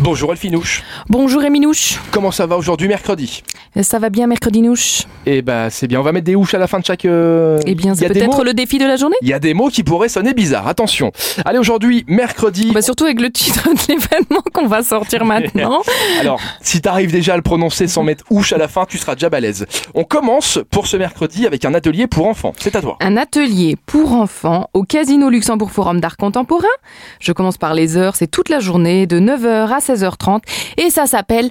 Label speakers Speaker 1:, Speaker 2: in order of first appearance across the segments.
Speaker 1: Bonjour Elfinouche,
Speaker 2: Bonjour Éminouche,
Speaker 1: comment ça va aujourd'hui mercredi
Speaker 2: ça va bien mercredi nouche
Speaker 1: Eh ben c'est bien, on va mettre des houches à la fin de chaque... euh,
Speaker 2: Eh bien
Speaker 1: il y
Speaker 2: c'est
Speaker 1: a des mots-
Speaker 2: peut-être le défi de la journée
Speaker 1: Il y a des mots qui pourraient sonner bizarres, attention. Allez aujourd'hui, mercredi,
Speaker 2: bah Surtout avec le titre de l'événement qu'on va sortir maintenant.
Speaker 1: alors si t'arrives déjà à le prononcer sans mettre houche à la fin, tu seras déjà balèze. On commence pour ce mercredi avec un atelier pour enfants, c'est à toi.
Speaker 2: Un atelier pour enfants au Casino Luxembourg Forum d'art contemporain. Je commence par les heures, c'est toute la journée de 9h à 16h30 et ça s'appelle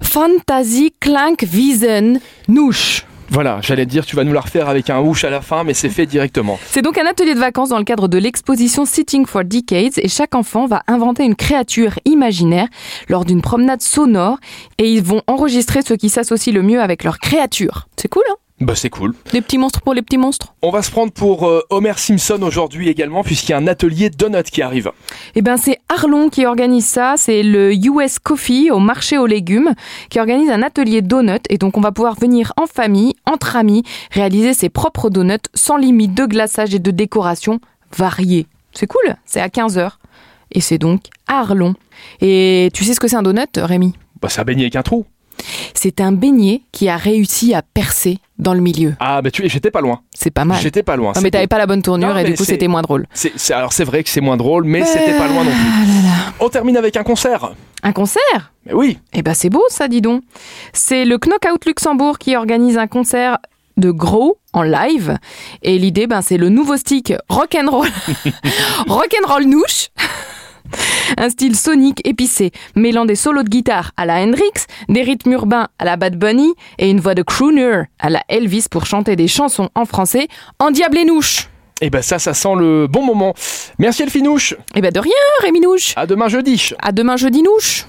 Speaker 2: Fantasy Clank Wiesen Nouche.
Speaker 1: Voilà, j'allais te dire tu vas nous la refaire avec un houche à la fin mais c'est fait directement.
Speaker 2: C'est donc un atelier de vacances dans le cadre de l'exposition Sitting for Decades et chaque enfant va inventer une créature imaginaire lors d'une promenade sonore et ils vont enregistrer ce qui s'associe le mieux avec leur créature. C'est cool, hein
Speaker 1: Bah c'est cool.
Speaker 2: Des petits monstres pour les petits monstres.
Speaker 1: On va se prendre pour euh, Homer Simpson aujourd'hui également puisqu'il y a un atelier donut qui arrive.
Speaker 2: Eh ben c'est Arlon qui organise ça, c'est le US Coffee au marché aux légumes qui organise un atelier donuts et donc on va pouvoir venir en famille, entre amis, réaliser ses propres donuts sans limite de glaçage et de décoration variée. C'est cool, c'est à 15h et c'est donc à Arlon. Et tu sais ce que c'est un donut Rémi
Speaker 1: Bah ça baignait avec un trou.
Speaker 2: C'est un beignet qui a réussi à percer dans le milieu.
Speaker 1: Ah bah tu j'étais pas loin.
Speaker 2: C'est pas mal.
Speaker 1: J'étais pas loin.
Speaker 2: Non,
Speaker 1: c'est
Speaker 2: mais t'avais pas la bonne tournure
Speaker 1: Non,
Speaker 2: et
Speaker 1: mais
Speaker 2: du coup
Speaker 1: c'est-
Speaker 2: c'était moins drôle.
Speaker 1: C'est, c'est- alors c'est vrai que c'est moins drôle, mais c'était pas loin non plus. On termine avec un concert.
Speaker 2: Un concert
Speaker 1: Mais oui,
Speaker 2: Eh ben c'est beau ça, dis donc. C'est le Knockout Luxembourg qui organise un concert de gros en live et l'idée ben c'est le nouveau stick rock'n'roll rock'n'roll nouche un style sonique épicé mêlant des solos de guitare à la Hendrix des rythmes urbains à la Bad Bunny et une voix de crooner à la Elvis pour chanter des chansons en français en diable et nouche
Speaker 1: et ben ça, ça sent le bon moment. Merci Elfinouche.
Speaker 2: eh ben de rien Rémi Nouche
Speaker 1: À demain jeudi.
Speaker 2: à demain jeudi nouche